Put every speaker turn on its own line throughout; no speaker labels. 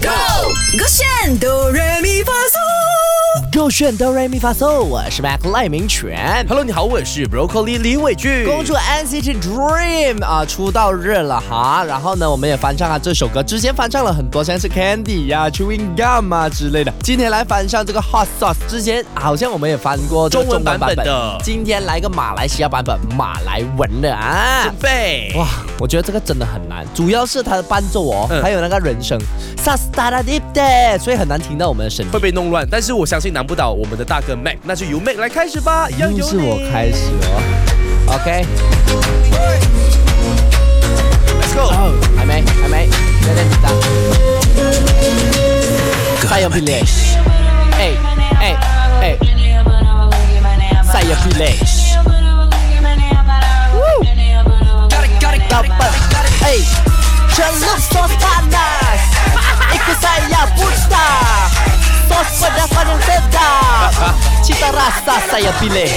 Go，勾选哆来咪发嗦。
勾选哆瑞咪发嗦，我是 Mac 赖明全。
Hello，你好，我是 Broccoli 李伟俊。
公主 NCT Dream 啊，出道日了哈。然后呢，我们也翻唱了这首歌，之前翻唱了很多，像是 Candy 呀、Chewing Gum 啊之类的。今天来翻唱这个 Hot Sauce，之前好像我们也翻过这个
中文版本的
今天来个马来西亚版本，马来文的啊
准。备
哇，我觉得这个真的很难，主要是它的伴奏哦，
嗯
还有那个人声，sa s t a r a d i p d 所以很难听到我们的声音
会。被弄乱，但是我相信难不倒我们的大哥 Mac，那就由 Mac 来开始吧，一样
又
由
嗯是我
你
开始哦。OK，
，Let's go。
还没，还没，有点紧张。塞油皮嘞，哎哎哎，塞油皮嘞，老板，哎，全部说 panas，ikut saya buta。Sos pedas padang sedap Cita rasa saya pilih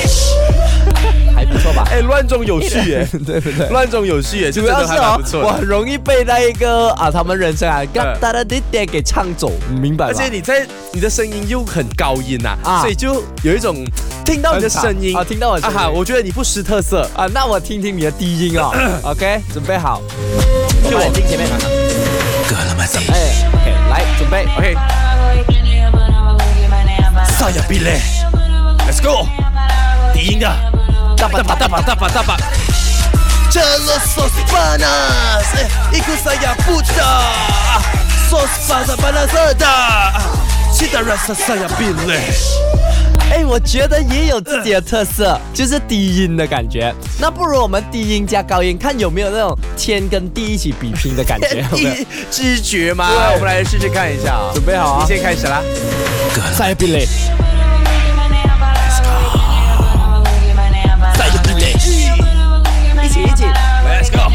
还不错吧？
哎，乱中有序耶，
对不对？
乱中有序耶，是
主
真
要
的
是
还
哦
蛮不，
我
错
很
的。
容易被那一个啊，他们人生啊，嘎哒哒滴滴给唱走，你明白吗？
而且你在你的声音又很高音呐、
啊
所以就有一种听到你的声音
啊，听到我的声音
啊哈，我觉得你不失特色。
啊，那我听听你的低音哦。OK，准备好，
就我
我听前面。哎，OK，来准备。
OK，大呀比嘞，Let's go，低音的，大把大把大把大把。Jealous Eh, sos panas, ikut saya buta. Sos panas panas sedap. Cita rasa saya pilih.
哎，我觉得也有自己的特色，就是低音的感觉。那不如我们低音加高音，看有没有那种天跟地一起比拼的感觉。有没有
第一知觉吗？
对
我们来试试看一下啊。
准备好啊哎
你先开始啦。
再比嘞，
再有一嘞，
一起一起。
Let's go。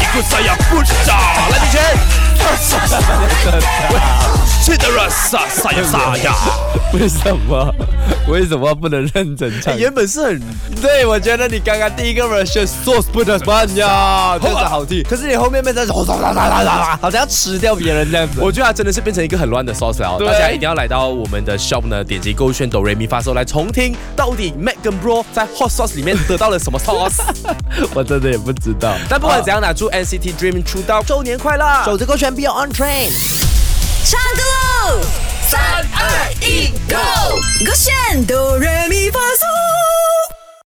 Ikut saya puja Lagi Chen Cita rasa saya saya
为什么？为什么不能认真唱？
原本是很
对，我觉得你刚刚第一个 version sauce 不得办呀，真的好听。可是你后面变成啦啦啦啦啦，好像要吃掉别人这样子。
我觉得它真的是变成一个很乱的 sauce 了哦。
对
大家一定要来到我们的 shop 呢，点击勾选哆瑞咪发嗦来重听，到底 Mac 跟 Bro 在 hot sauce 里面得到了什么 sauce？
我真的也不知道。
但不管怎样呢，祝 NCT Dream 出道周年快乐！
走着勾选 Be on train。
唱歌喽！三二一，Go！勾选哆来咪发嗦。